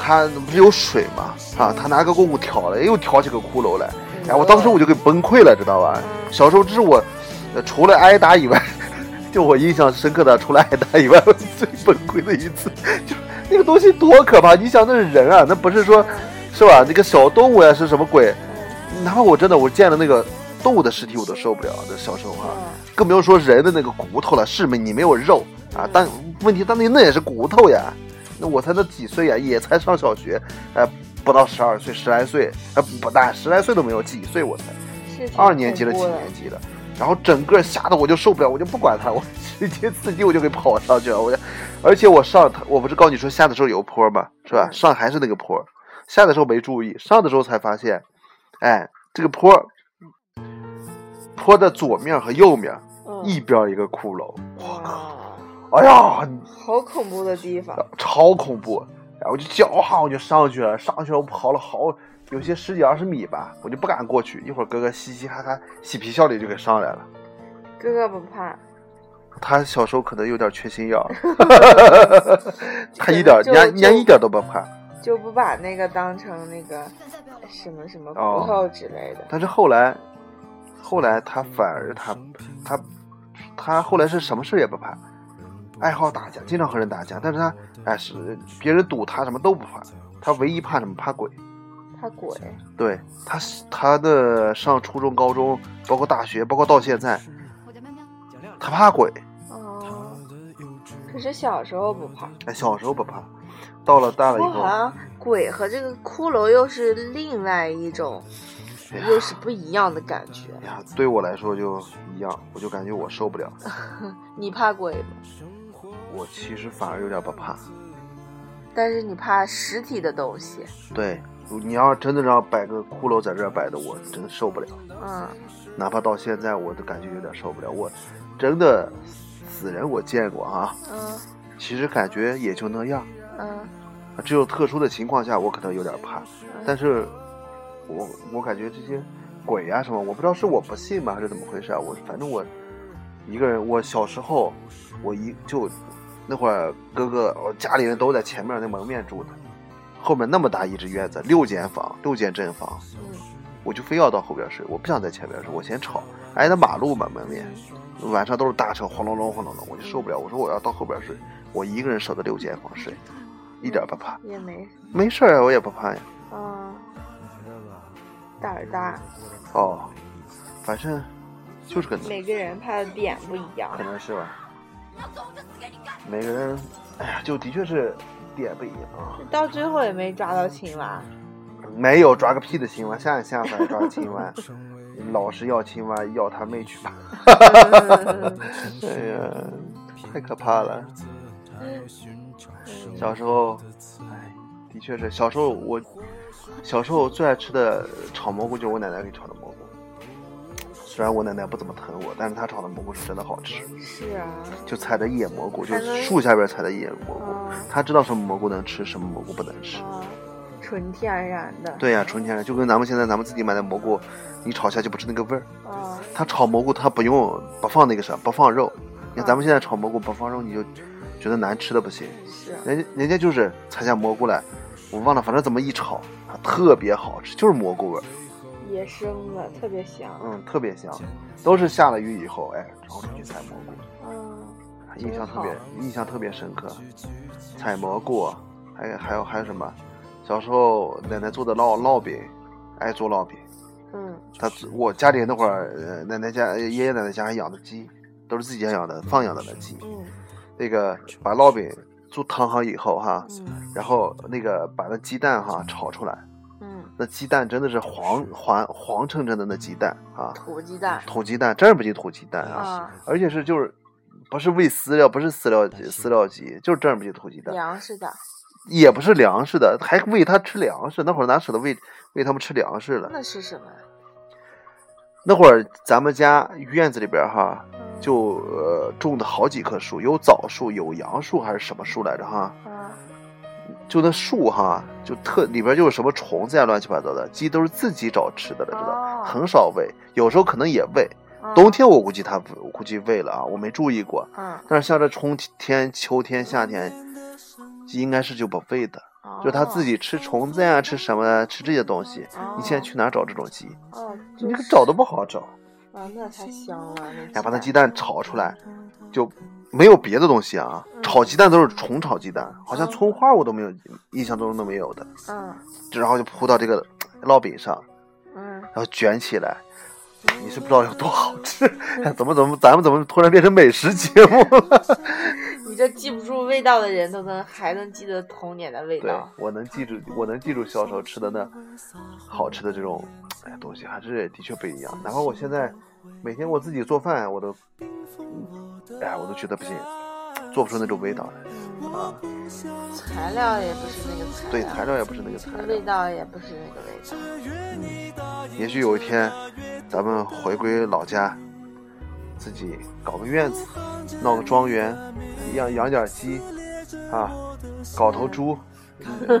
Speaker 2: 他不是有水嘛，啊，他拿个棍棍挑了，又挑起个骷髅来，哎，我当时我就给崩溃了，知道吧？小时候这是我，呃除了挨打以外， 就我印象深刻的，除了挨打以外，我最崩溃的一次，就那个东西多可怕！你想那是人啊，那不是说，是吧？那个小动物呀、是什么鬼？哪怕我真的我见了那个动物的尸体，我都受不了。那小时候啊，更不用说人的那个骨头了，是没你没有肉啊，但问题当年那也是骨头呀。那我才那几岁呀，也才上小学，哎、不到十二岁，十来岁，哎、不大，十来岁都没有，几岁我才。
Speaker 3: 嗯是挺
Speaker 2: 二年级了，
Speaker 3: 恐
Speaker 2: 几
Speaker 3: 怖
Speaker 2: 年级了，然后整个吓得我就受不了，我就不管他，我直接自己我就给跑上去了，我就，而且我上我不是告诉你说下的时候有坡吗？是吧？
Speaker 3: 嗯
Speaker 2: 上还是那个坡，下的时候没注意，上的时候才发现，哎，这个坡，坡的左面和右面
Speaker 3: 嗯
Speaker 2: 一边一个骷髅，
Speaker 3: 哇，
Speaker 2: 哎呀，
Speaker 3: 好恐怖的地方，
Speaker 2: 超恐怖！然后我就叫喊，我就上去了，上去了，我跑了好有些十几二十米吧，我就不敢过去。一会儿哥哥嘻嘻哈哈、嬉皮笑脸就给上来了。
Speaker 3: 哥哥不怕，
Speaker 2: 他小时候可能有点缺心 眼儿，他一点儿，
Speaker 3: 就
Speaker 2: 人家人家
Speaker 3: 就
Speaker 2: 一点儿都不怕。
Speaker 3: 就不把那个当成那个什么什么
Speaker 2: 哦
Speaker 3: 骨头之类的。
Speaker 2: 但是后来，后来他反而他他他后来是什么事儿也不怕，爱好打架，经常和人打架，但是他哎是别人堵他什么都不怕，他唯一怕什么怕鬼。
Speaker 3: 怕鬼，
Speaker 2: 对他他的上初中、高中，包括大学，包括到现在，他怕鬼。
Speaker 3: 哦，可是小时候不怕，
Speaker 2: 哎，小时候不怕，到了大了以
Speaker 3: 我
Speaker 2: 后
Speaker 3: 好，像鬼和这个骷髅又是另外一种，
Speaker 2: 哎呀
Speaker 3: 又是不一样的感觉。
Speaker 2: 哎呀，对我来说就一样，我就感觉我受不了。
Speaker 3: 你怕鬼吗？
Speaker 2: 我其实反而有点不怕。
Speaker 3: 但是你怕实体的东西，
Speaker 2: 对，你要真的让摆个骷髅在这儿摆的，我真受不了。
Speaker 3: 嗯，
Speaker 2: 哪怕到现在，我都感觉有点受不了。我真的死人我见过啊，
Speaker 3: 嗯
Speaker 2: 其实感觉也就那样，
Speaker 3: 嗯
Speaker 2: 只有特殊的情况下我可能有点怕。但是我我感觉这些鬼啊什么，我不知道是我不信吗，还是怎么回事啊？我反正我一个人，我小时候我一就那会儿哥哥我家里人都在前面那门面住的，后面那么大一只院子，六间房，六间正房，
Speaker 3: 嗯，
Speaker 2: 我就非要到后边睡，我不想在前面睡，我嫌吵，挨着马路嘛门面，晚上都是大车轰隆隆轰隆隆，我就受不了，我说我要到后边睡，我一个人守在六间房睡，一点不怕，
Speaker 3: 也没，
Speaker 2: 没事儿啊，我也不怕呀。
Speaker 3: 嗯，胆儿大，
Speaker 2: 哦，反正就是个能，
Speaker 3: 每个人怕的点不一样
Speaker 2: 可。能是吧。每个人，哎呀，就的确是点不一样啊。
Speaker 3: 到最后也没抓到青蛙，
Speaker 2: 没有抓个屁的青蛙，下一下凡抓个 青蛙，老是要青蛙，要他妹去吧。
Speaker 3: 嗯
Speaker 2: 哎呀，太可怕了。小时候，哎，的确是小时候我，小时候最爱吃的炒蘑菇就是我奶奶给炒的蘑菇。虽然我奶奶不怎么疼我，但是她炒的蘑菇是真的好吃。
Speaker 3: 是啊，
Speaker 2: 就采的野蘑菇，就
Speaker 3: 还能
Speaker 2: 树下边采的野蘑菇
Speaker 3: 哦，
Speaker 2: 他知道什么蘑菇能吃，什么蘑菇不能吃。
Speaker 3: 啊，纯天然的，
Speaker 2: 对呀、纯天然，就跟咱们现在咱们自己买的蘑菇，你炒下去不是那个味儿。
Speaker 3: 啊，
Speaker 2: 他炒蘑菇，他不用不放那个啥，不放肉。你看咱们现在炒蘑菇不放肉，你就觉得难吃的不行。
Speaker 3: 是，
Speaker 2: 人家人家就是采下蘑菇来，我忘了，反正怎么一炒，啊特别好吃，就是蘑菇味儿，
Speaker 3: 野生的，特别香，
Speaker 2: 嗯，特别香。都是下了雨以后，哎，然后出去采蘑菇。
Speaker 3: 嗯，
Speaker 2: 印象特别印象特别深刻，采蘑菇，还有还有还有什么？小时候奶奶做的烙烙饼，爱做烙饼。
Speaker 3: 嗯，
Speaker 2: 她我家里那会儿，呃奶奶家爷爷奶奶家还养的鸡，都是自己家养的放养的那鸡。
Speaker 3: 嗯，
Speaker 2: 那个把烙饼做烫好以后哈，
Speaker 3: 嗯，
Speaker 2: 然后那个把那鸡蛋哈炒出来，
Speaker 3: 嗯，
Speaker 2: 那鸡蛋真的是黄黄黄澄澄的那鸡蛋啊，
Speaker 3: 土鸡蛋，
Speaker 2: 土鸡蛋，正儿八经土鸡蛋啊
Speaker 3: 啊，
Speaker 2: 而且是就是不是喂饲料，不是饲料鸡，饲料鸡就是正儿八经土鸡蛋，
Speaker 3: 粮食的，
Speaker 2: 也不是粮食的，还喂它吃粮食。那会儿哪舍得喂喂它们吃粮食了？
Speaker 3: 那是什么呀？嗯
Speaker 2: 那会儿咱们家院子里边儿哈，
Speaker 3: 嗯
Speaker 2: 就呃种的好几棵树，有枣树，有杨树还是什么树来着哈？
Speaker 3: 啊，
Speaker 2: 就那树哈，就特里边就有什么虫子呀，乱七八糟的。鸡都是自己找吃的了，知道？
Speaker 3: 哦
Speaker 2: 很少喂，有时候可能也喂。
Speaker 3: 嗯
Speaker 2: 冬天我估计它不我估计喂了啊，我没注意过。
Speaker 3: 嗯，
Speaker 2: 但是像这春天、秋天、夏天，应该是就不喂的，就是它自己吃虫子呀，吃什么呀，吃这些东西。
Speaker 3: 哦。
Speaker 2: 你现在去哪儿找这种鸡？
Speaker 3: 哦，就
Speaker 2: 你可
Speaker 3: 是
Speaker 2: 找都不好找。
Speaker 3: 啊，那才香啊！那
Speaker 2: 哎，把那鸡蛋炒出来，就没有别的东西啊。炒鸡蛋都是纯炒鸡蛋，好像葱花我都没有，印象中都没有的。
Speaker 3: 嗯
Speaker 2: 然后就铺到这个烙饼上，
Speaker 3: 嗯，
Speaker 2: 然后卷起来。你是不知道有多好吃， 哎怎么怎么咱们怎么突然变成美食节目了？
Speaker 3: 你这记不住味道的人都能还能记得童年的味
Speaker 2: 对
Speaker 3: 道，，
Speaker 2: 我能记住，我能记住小时候吃的那好吃的这种哎东西，还是的确不一样。哪怕我现在每天我自己做饭，我都哎我都觉得不行，做不出那种味道来啊。
Speaker 3: 材料也不是那个材料，
Speaker 2: 对，材料也不是那个材料
Speaker 3: 味。道也不是那个味道。
Speaker 2: 也许有一天，咱们回归老家，自己搞个院子，闹个庄园，养养点鸡，啊，搞头猪，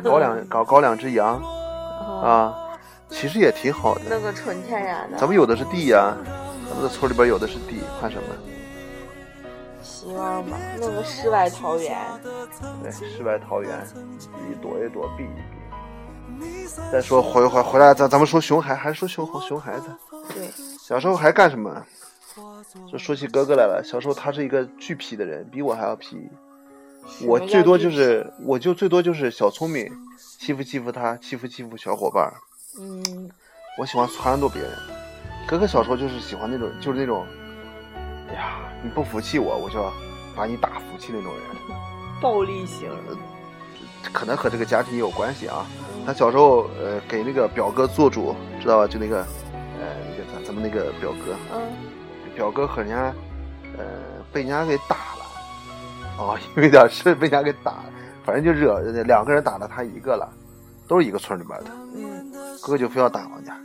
Speaker 2: 搞两搞搞两只羊，啊，其实也挺好的。
Speaker 3: 弄个纯天然的，
Speaker 2: 咱们有的是地呀、咱们的村里边有的是地，怕什么？
Speaker 3: 希望吧，弄个世外桃源。
Speaker 2: 对，世外桃源，自己躲一躲，避一避。再说回回回来，咱咱们说熊孩，还是说熊熊孩子？
Speaker 3: 对，
Speaker 2: 小时候还干什么？这说起哥哥来了，小时候他是一个巨皮的人，比我还要皮。我
Speaker 3: 什么叫
Speaker 2: 最多
Speaker 3: 地
Speaker 2: 就是，我就最多就是小聪明，欺负欺负他，欺负欺负小伙伴儿。
Speaker 3: 嗯，
Speaker 2: 我喜欢撺掇别人。哥哥小时候就是喜欢那种，就是那种，哎呀，你不服气我，我就要把你打服气那种人。
Speaker 3: 暴力型的，
Speaker 2: 可能和这个家庭也有关系啊。他小时候呃给那个表哥做主，知道吧？就那个呃那个咱咱们那个表哥，
Speaker 3: 嗯，
Speaker 2: 表哥和人家呃被人家给打了，哦， 因为点事被人家给打了，反正就惹两个人打了他一个了，都是一个村里边的，
Speaker 3: 嗯
Speaker 2: 哥就非要打人家，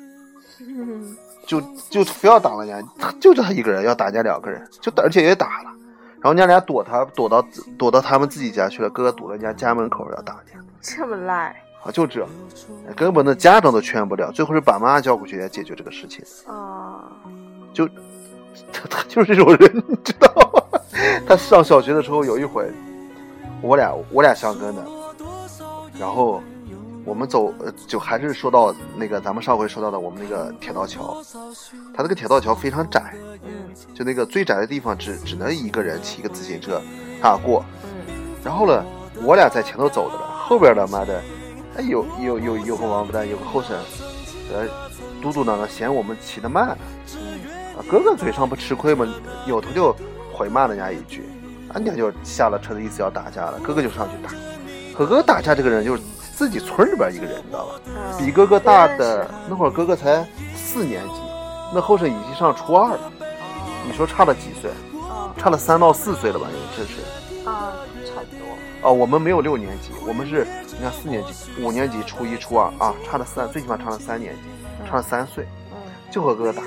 Speaker 3: 嗯，
Speaker 2: 就就非要打人家，他就是他一个人要打人家两个人，就打而且也打了。然后人家俩躲他，躲到躲到他们自己家去了。哥哥躲到人家家门口要打人家，
Speaker 3: 这么赖
Speaker 2: 啊，就这，根本的家长都劝不了，最后是把妈叫过去来解决这个事情，
Speaker 3: 啊，
Speaker 2: 就 他他就是这种人，你知道吗？他上小学的时候有一回，我俩我俩相跟的，然后我们走呃就还是说到那个咱们上回说到的我们那个铁道桥，它那个铁道桥非常窄，
Speaker 3: 嗯
Speaker 2: 就那个最窄的地方只只能一个人骑个自行车啊过，
Speaker 3: 嗯，
Speaker 2: 然后呢，我俩在前头走着呢，后边他妈的，哎有有有有个王八蛋，有个后生，呃，嘟嘟囔囔嫌我们骑得慢，啊，哥哥嘴上不吃亏吗？扭头就回骂人家一句，啊，人家就下了车的意思要打架了，哥哥就上去打，和哥哥打架这个人就是自己村里边一个人，你知道吧？
Speaker 3: 啊
Speaker 2: 比哥哥大的
Speaker 3: 真
Speaker 2: 那会儿，哥哥才四年级，那后生已经上初二了，你说差了几岁？
Speaker 3: 是啊
Speaker 2: 差了三到四岁了吧？这是。
Speaker 3: 啊，差不多，
Speaker 2: 啊，我们没有六年级，我们是你看四年级、五年级、初一、初二啊，差了三，最起码差了三年级，差了三岁，
Speaker 3: 嗯
Speaker 2: 就和哥哥打。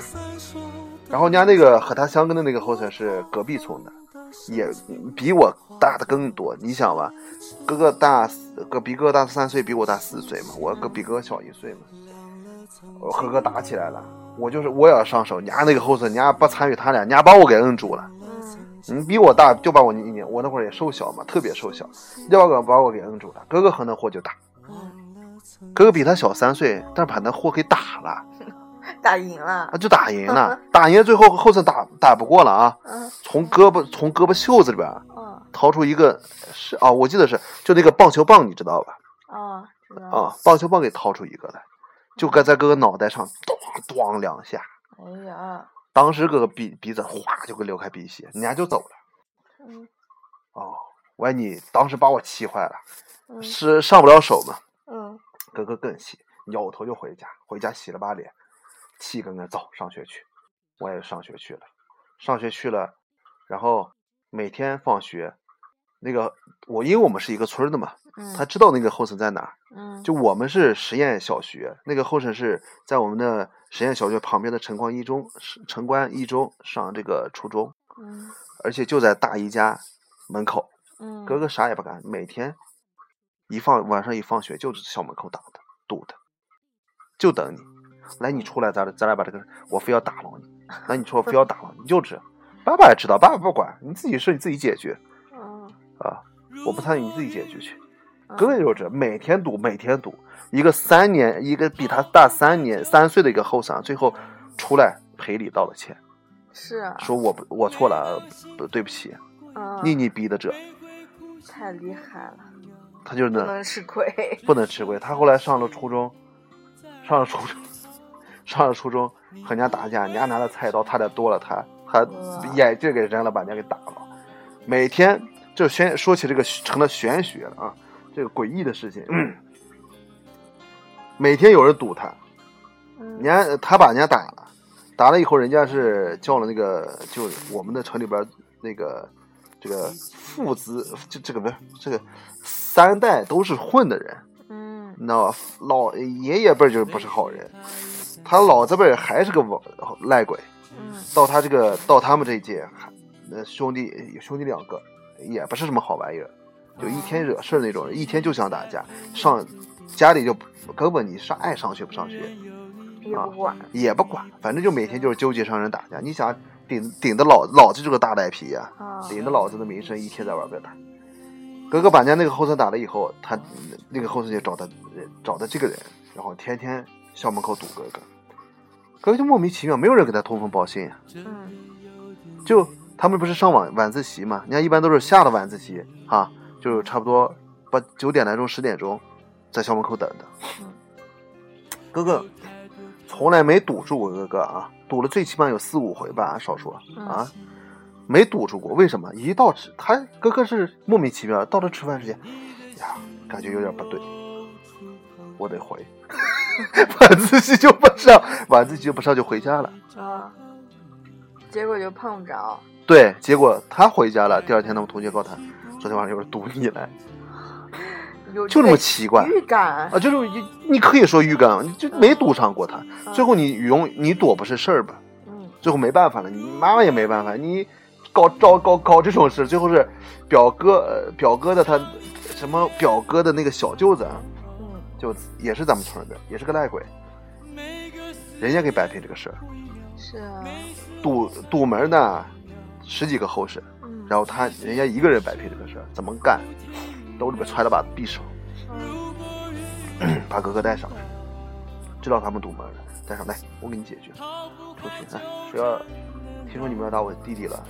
Speaker 2: 然后人家那个和他相跟的那个候选是隔壁村的，也比我大的更多。你想吧，哥哥大四哥比哥哥大三岁，比我大四岁嘛，我哥比哥哥小一岁嘛，我和哥打起来了，我就是我也要上手，人家那个候选人家不参与他俩，人家把我给摁住了。
Speaker 3: 嗯
Speaker 2: 你比我大，就把我一年，我那会儿也瘦小嘛，特别瘦小，要个把我给摁住了。哥哥和那货就打，
Speaker 3: 嗯，
Speaker 2: 哥哥比他小三岁，但是把那货给打了，
Speaker 3: 打赢了
Speaker 2: 啊，，就打赢了， 打赢了最后后头打打不过了啊，
Speaker 3: 嗯
Speaker 2: 从胳膊从胳膊袖子里边
Speaker 3: 啊
Speaker 2: 掏出一个是啊，我记得是就那个棒球棒，你知道吧？
Speaker 3: 啊，知道了，
Speaker 2: 啊，棒球棒给掏出一个来，就该在哥哥脑袋上咚咚两下，
Speaker 3: 哎呀，
Speaker 2: 当时哥哥鼻鼻子哗就给流开鼻血，人家就走了。
Speaker 3: 嗯
Speaker 2: 哦，喂，你当时把我气坏了。
Speaker 3: 嗯
Speaker 2: 是上不了手嘛，
Speaker 3: 嗯
Speaker 2: 哥哥更气，扭头就回家，回家洗了把脸，气根根走上学去，我也上学去了，上学去了，然后每天放学，那个我因为我们是一个村儿的嘛，
Speaker 3: 嗯
Speaker 2: 他知道那个后城在哪儿。
Speaker 3: 嗯
Speaker 2: 就我们是实验小学，那个后城是在我们的实验小学旁边的城关一中，是城关一中上这个初中，
Speaker 3: 嗯
Speaker 2: 而且就在大姨家门口。
Speaker 3: 嗯，
Speaker 2: 哥哥啥也不干，每天一放晚上一放学就是校门口打的堵的，就等你来，你出来，咱俩咱俩把这个我非要打了你，来你出来我非要打了你，你就这，爸爸也知道，爸爸不管，你自己事你自己解决
Speaker 3: 嗯，
Speaker 2: 啊，我不参与，你自己解决去。
Speaker 3: 嗯
Speaker 2: 哥哥就是这，每天赌，每天赌。一个三年，一个比他大三年、三岁的一个后生，最后出来赔礼道了歉，
Speaker 3: 是啊，
Speaker 2: 说我不我错了，啊不对不起，
Speaker 3: 嗯
Speaker 2: 妮妮逼的这，
Speaker 3: 太厉害了，
Speaker 2: 他就是
Speaker 3: 不
Speaker 2: 那
Speaker 3: 能吃亏。
Speaker 2: 不能吃亏。他后来上了初中，上了初中，上了初中和人家打架，人家拿了菜刀，差点剁了他，他
Speaker 3: 哇
Speaker 2: 眼镜给扔了，把人家给打了。每天就玄说起这个成了玄学了啊，这个诡异的事情。每天有人堵他，人
Speaker 3: 嗯
Speaker 2: 家他把人家打了，打了以后，人家是叫了那个，就是我们的城里边儿那个这个父子，这这个不是这个三代都是混的人，
Speaker 3: 嗯
Speaker 2: 你知道吧？老爷爷辈儿就不是好人，他老子辈儿还是个王赖鬼，
Speaker 3: 嗯
Speaker 2: 到他这个到他们这一届，还那兄弟兄弟两个也不是什么好玩意儿，就一天惹事儿那种人，一天就想打架，上家里就不根本你上爱上学不上学。啊
Speaker 3: 也不管，
Speaker 2: 也不管，反正就每天就是纠结上人打架。你想顶顶的老老子就是个大赖皮呀、
Speaker 3: 啊
Speaker 2: 顶着老子的名声一天在外边打。哥哥把人家那个后生打了以后，他那个后生就找他呃找的这个人，然后天天校门口堵哥哥。哥哥就莫名其妙，没有人给他通风报信啊。
Speaker 3: 嗯
Speaker 2: 就他们不是上晚晚自习嘛，人家一般都是下了晚自习啊，就是差不多八九点来钟、十点钟，在校门口等的
Speaker 3: 嗯。
Speaker 2: 哥哥从来没堵住过哥哥啊，堵了最起码有四五回吧，少说
Speaker 3: 嗯
Speaker 2: 啊，没堵住过。为什么？一到吃，他哥哥是莫名其妙到了吃饭时间，呀，感觉有点不对，我得回。 晚自习就不上，晚自习就不上就回家了。
Speaker 3: 啊，结果就碰不着，
Speaker 2: 对，结果他回家了。第二天，他们同学告他，昨天晚上有人堵你来，
Speaker 3: 有
Speaker 2: 就这么
Speaker 3: 个
Speaker 2: 奇怪
Speaker 3: 预感
Speaker 2: 啊！就是你你可以说预感，啊你就没堵上过他。最后你用你躲不是事儿吧？
Speaker 3: 嗯
Speaker 2: 最后没办法了，你妈妈也没办法，你搞搞搞搞这种事，最后是表哥呃表哥的他什么表哥的那个小舅子啊，
Speaker 3: 嗯
Speaker 2: 就也是咱们村儿的，也是个赖鬼，人家给摆平这个事儿，
Speaker 3: 是啊，
Speaker 2: 堵堵门呢十几个后生。
Speaker 3: 嗯
Speaker 2: 然后他人家一个人摆平这个事儿，怎么干？兜里边揣了把匕首，
Speaker 3: 嗯
Speaker 2: 把哥哥带上，知道他们堵门了，带上来，我给你解决。出去，哎，谁要听说你们要打我弟弟了？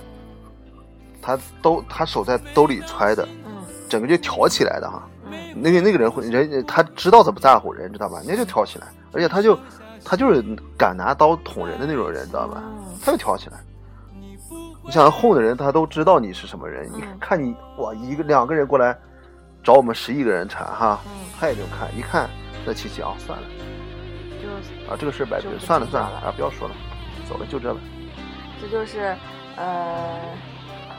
Speaker 2: 他兜他手在兜里揣的，
Speaker 3: 嗯
Speaker 2: 整个就挑起来的哈。
Speaker 3: 嗯
Speaker 2: 那个那个人会人他知道怎么在乎人，知道吧？人家就挑起来，而且他就他就是敢拿刀捅人的那种人，知道吧？
Speaker 3: 嗯
Speaker 2: 他就挑起来。你想哄的人，他都知道你是什么人。
Speaker 3: 嗯
Speaker 2: 你看你哇，一个两个人过来找我们十一个人缠哈，
Speaker 3: 嗯，
Speaker 2: 他也就看一看那琪琪啊，算了
Speaker 3: 就
Speaker 2: 啊，这个事儿摆平
Speaker 3: 就，不
Speaker 2: 算了
Speaker 3: 计较
Speaker 2: 算了啊，不要说了，走了就这了。
Speaker 3: 这就是呃，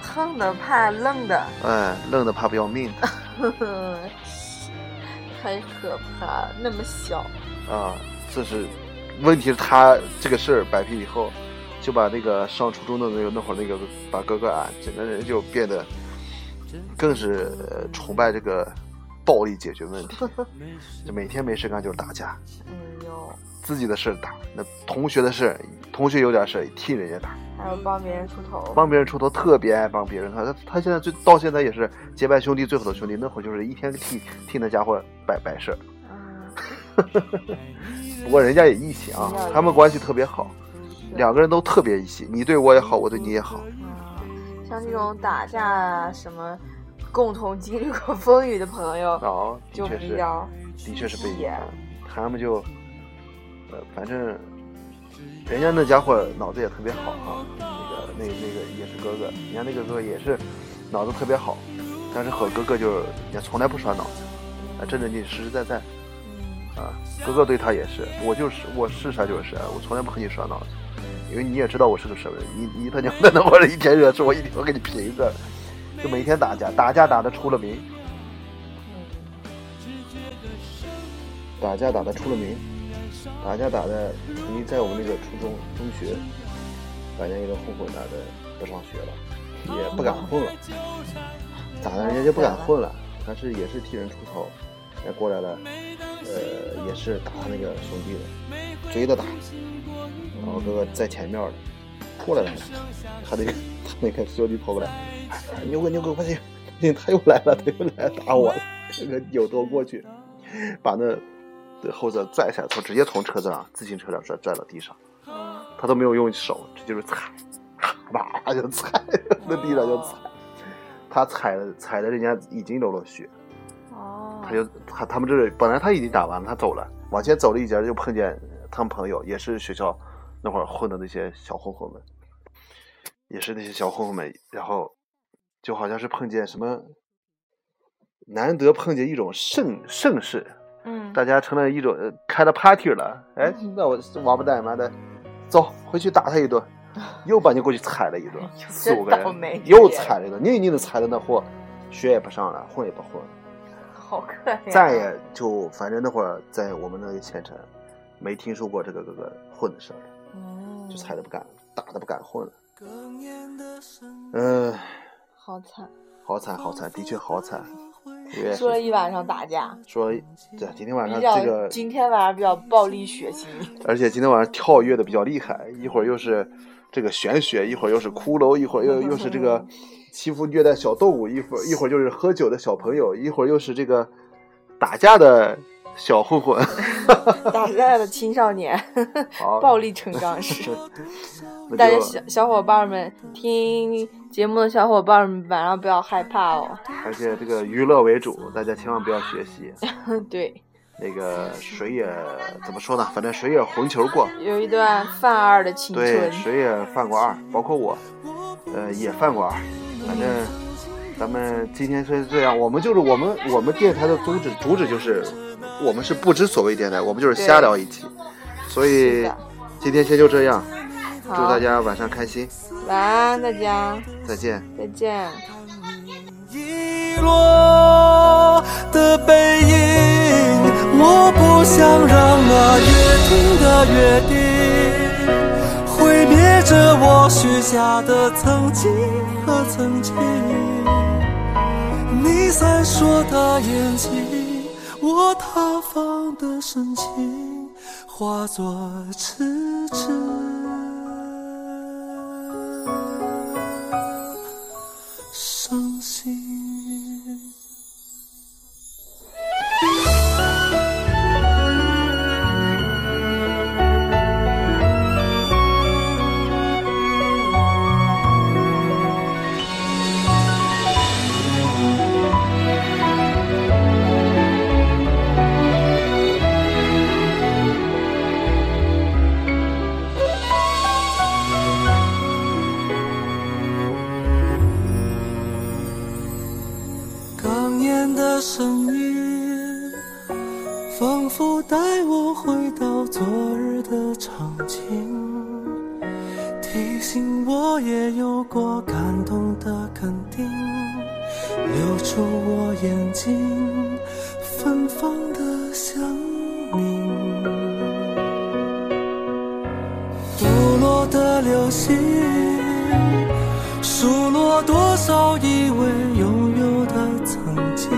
Speaker 3: 横的怕愣的，
Speaker 2: 哎，愣的怕不要命的
Speaker 3: 太可怕，那么小，
Speaker 2: 啊，这是问题是他这个事儿摆平以后，就把那个上初中的那个那会儿那个把哥哥啊，整个人就变得更是、呃崇拜这个暴力解决问题，就每天没事干就是打架。
Speaker 3: 哎呦，
Speaker 2: 自己的事儿打，那同学的事儿，同学有点事儿替人家打，
Speaker 3: 还要帮别人出头，
Speaker 2: 帮别人出头，特别爱帮别人。他他他现在最到现在也是结拜兄弟最好的兄弟，那会儿就是一天替替那家伙摆摆事儿。
Speaker 3: 嗯，
Speaker 2: 不过人家也义气啊，他们关系特别好，两个人都特别义气，你对我也好，我对你也好。
Speaker 3: 嗯像这种打架啊什么，共同经历过风雨的朋友，
Speaker 2: 啊，的
Speaker 3: 就
Speaker 2: 确
Speaker 3: 比
Speaker 2: 是，
Speaker 3: 较
Speaker 2: 的确是被
Speaker 3: 野
Speaker 2: 影响。他们就，呃，反正人家那家伙脑子也特别好啊，那个那个那个也是哥哥，人家那个哥哥也是脑子特别好，但是和哥哥就是也从来不耍脑子，啊，正正经经实实在在啊。哥哥对他也是，我就是我是啥就是啥，我从来不和你耍脑子，因为你也知道我是个什么人，你你他娘的那会儿一天惹事，我一天我给你平着，就每天打架，打架打的出了名，打架打的出了名，打架打的曾经在我们那个初中、中学，打架一个混混打的不上学了，也不敢混了，打的人家就不敢混了，但是也是替人出头，也过来了，呃，也是打他那个兄弟的，追着打，然后哥哥在前面的。过来了，他那个 他那个兄弟跑过来，哎牛哥牛哥快点，快点他又来了，他又来打我了，这个扭头过去，把那后座拽下来，从直接从车子上自行车上拽拽到地上，
Speaker 3: 嗯
Speaker 2: 他都没有用手，这就是踩， 哇就踩，那地上就踩，他踩了踩的人家已经流了血，
Speaker 3: 哦，
Speaker 2: 他就他他们这本来他已经打完了，他走了，往前走了一截就碰见他们朋友，也是学校那会儿混的那些小混混们，也是那些小混混们，然后就好像是碰见什么，难得碰见一种盛盛世，
Speaker 3: 嗯，
Speaker 2: 大家成了一种呃开了 party 了，哎，那我王八蛋妈的，走回去打他一顿， 又把你过去踩了一顿，四五个
Speaker 3: 真倒霉
Speaker 2: 人又踩了一顿，拧拧的踩的那货，学也不上了，混也不
Speaker 3: 啊
Speaker 2: 混了。
Speaker 3: 好可怜，
Speaker 2: 再也就反正那会儿在我们那个县城，没听说过这个这个混的事儿，
Speaker 3: 嗯，
Speaker 2: 就踩的不敢，打的不敢混了。嗯，
Speaker 3: 好惨，
Speaker 2: 好惨好惨，的确好 惨。因为
Speaker 3: 说了一晚上打架，
Speaker 2: 说，对，今天晚
Speaker 3: 比
Speaker 2: 上
Speaker 3: 较、
Speaker 2: 这个，
Speaker 3: 今天晚上比较暴力血 腥，
Speaker 2: 而且今天晚上跳跃的比较厉害，一会儿又是这个玄学，一会儿又是骷髅，一会儿又又是这个欺负虐待小动物，一会儿一会儿就是喝酒的小朋友，一会儿又是这个打架的小混混。
Speaker 3: 打架的青少年，
Speaker 2: 好，
Speaker 3: 暴力成 长史。
Speaker 2: 那
Speaker 3: 大家
Speaker 2: 就
Speaker 3: 小小伙伴们，听节目的小伙伴们，晚上不要害怕哦。
Speaker 2: 而且这个娱乐为主，大家千万不要学习。
Speaker 3: 对，
Speaker 2: 那个谁也怎么说呢？反正谁也混球过，
Speaker 3: 有一段犯二的青
Speaker 2: 对，
Speaker 3: 春，
Speaker 2: 谁也犯过二，包括我，呃，也犯过二。反正咱们今天是这样，我们就是我们我们电台的宗旨主旨就是，我们是不知所谓电台，我们就是瞎聊一期。所
Speaker 3: 是
Speaker 2: 以
Speaker 3: 的
Speaker 2: 今天先就这样，祝
Speaker 3: 好
Speaker 2: 大，家晚上开心，
Speaker 3: 晚安大家，
Speaker 2: 再见。
Speaker 3: 再见。
Speaker 1: 遗落的背影，我不想让那约定的约定毁灭着我许下的曾经和曾经。你闪烁的眼睛，我塌方的深情，化作痴痴。伤心。刚咽的声音，仿佛带我回到昨日的场景，提醒我也有过感动的肯定，流出我眼睛芬芳的香茗。独落的流星，数落多少以为拥有的曾经，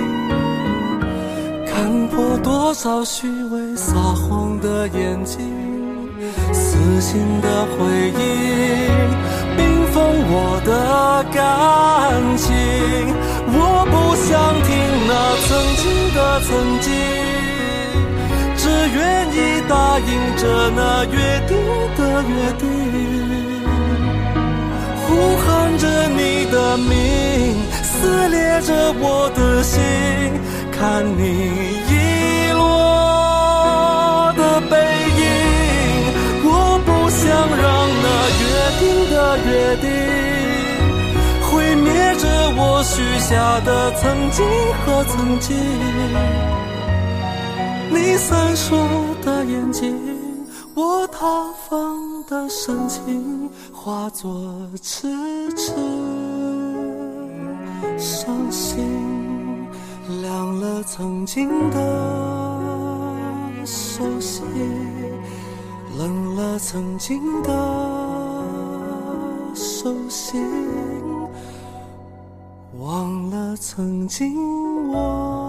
Speaker 1: 看破多少虚伪撒谎的眼睛，撕心的回忆，冰封我的感情。我不想听那曾经的曾经。只愿意答应着那约定的约定，呼喊着你的名，撕裂着我的心，看你遗落的背影，我不想让那约定的约定毁灭着我许下的曾经和曾经。你闪烁的眼睛，我塌方的深情，化作痴痴伤心，凉了曾经的熟悉，冷了曾经的手心，忘了曾经我。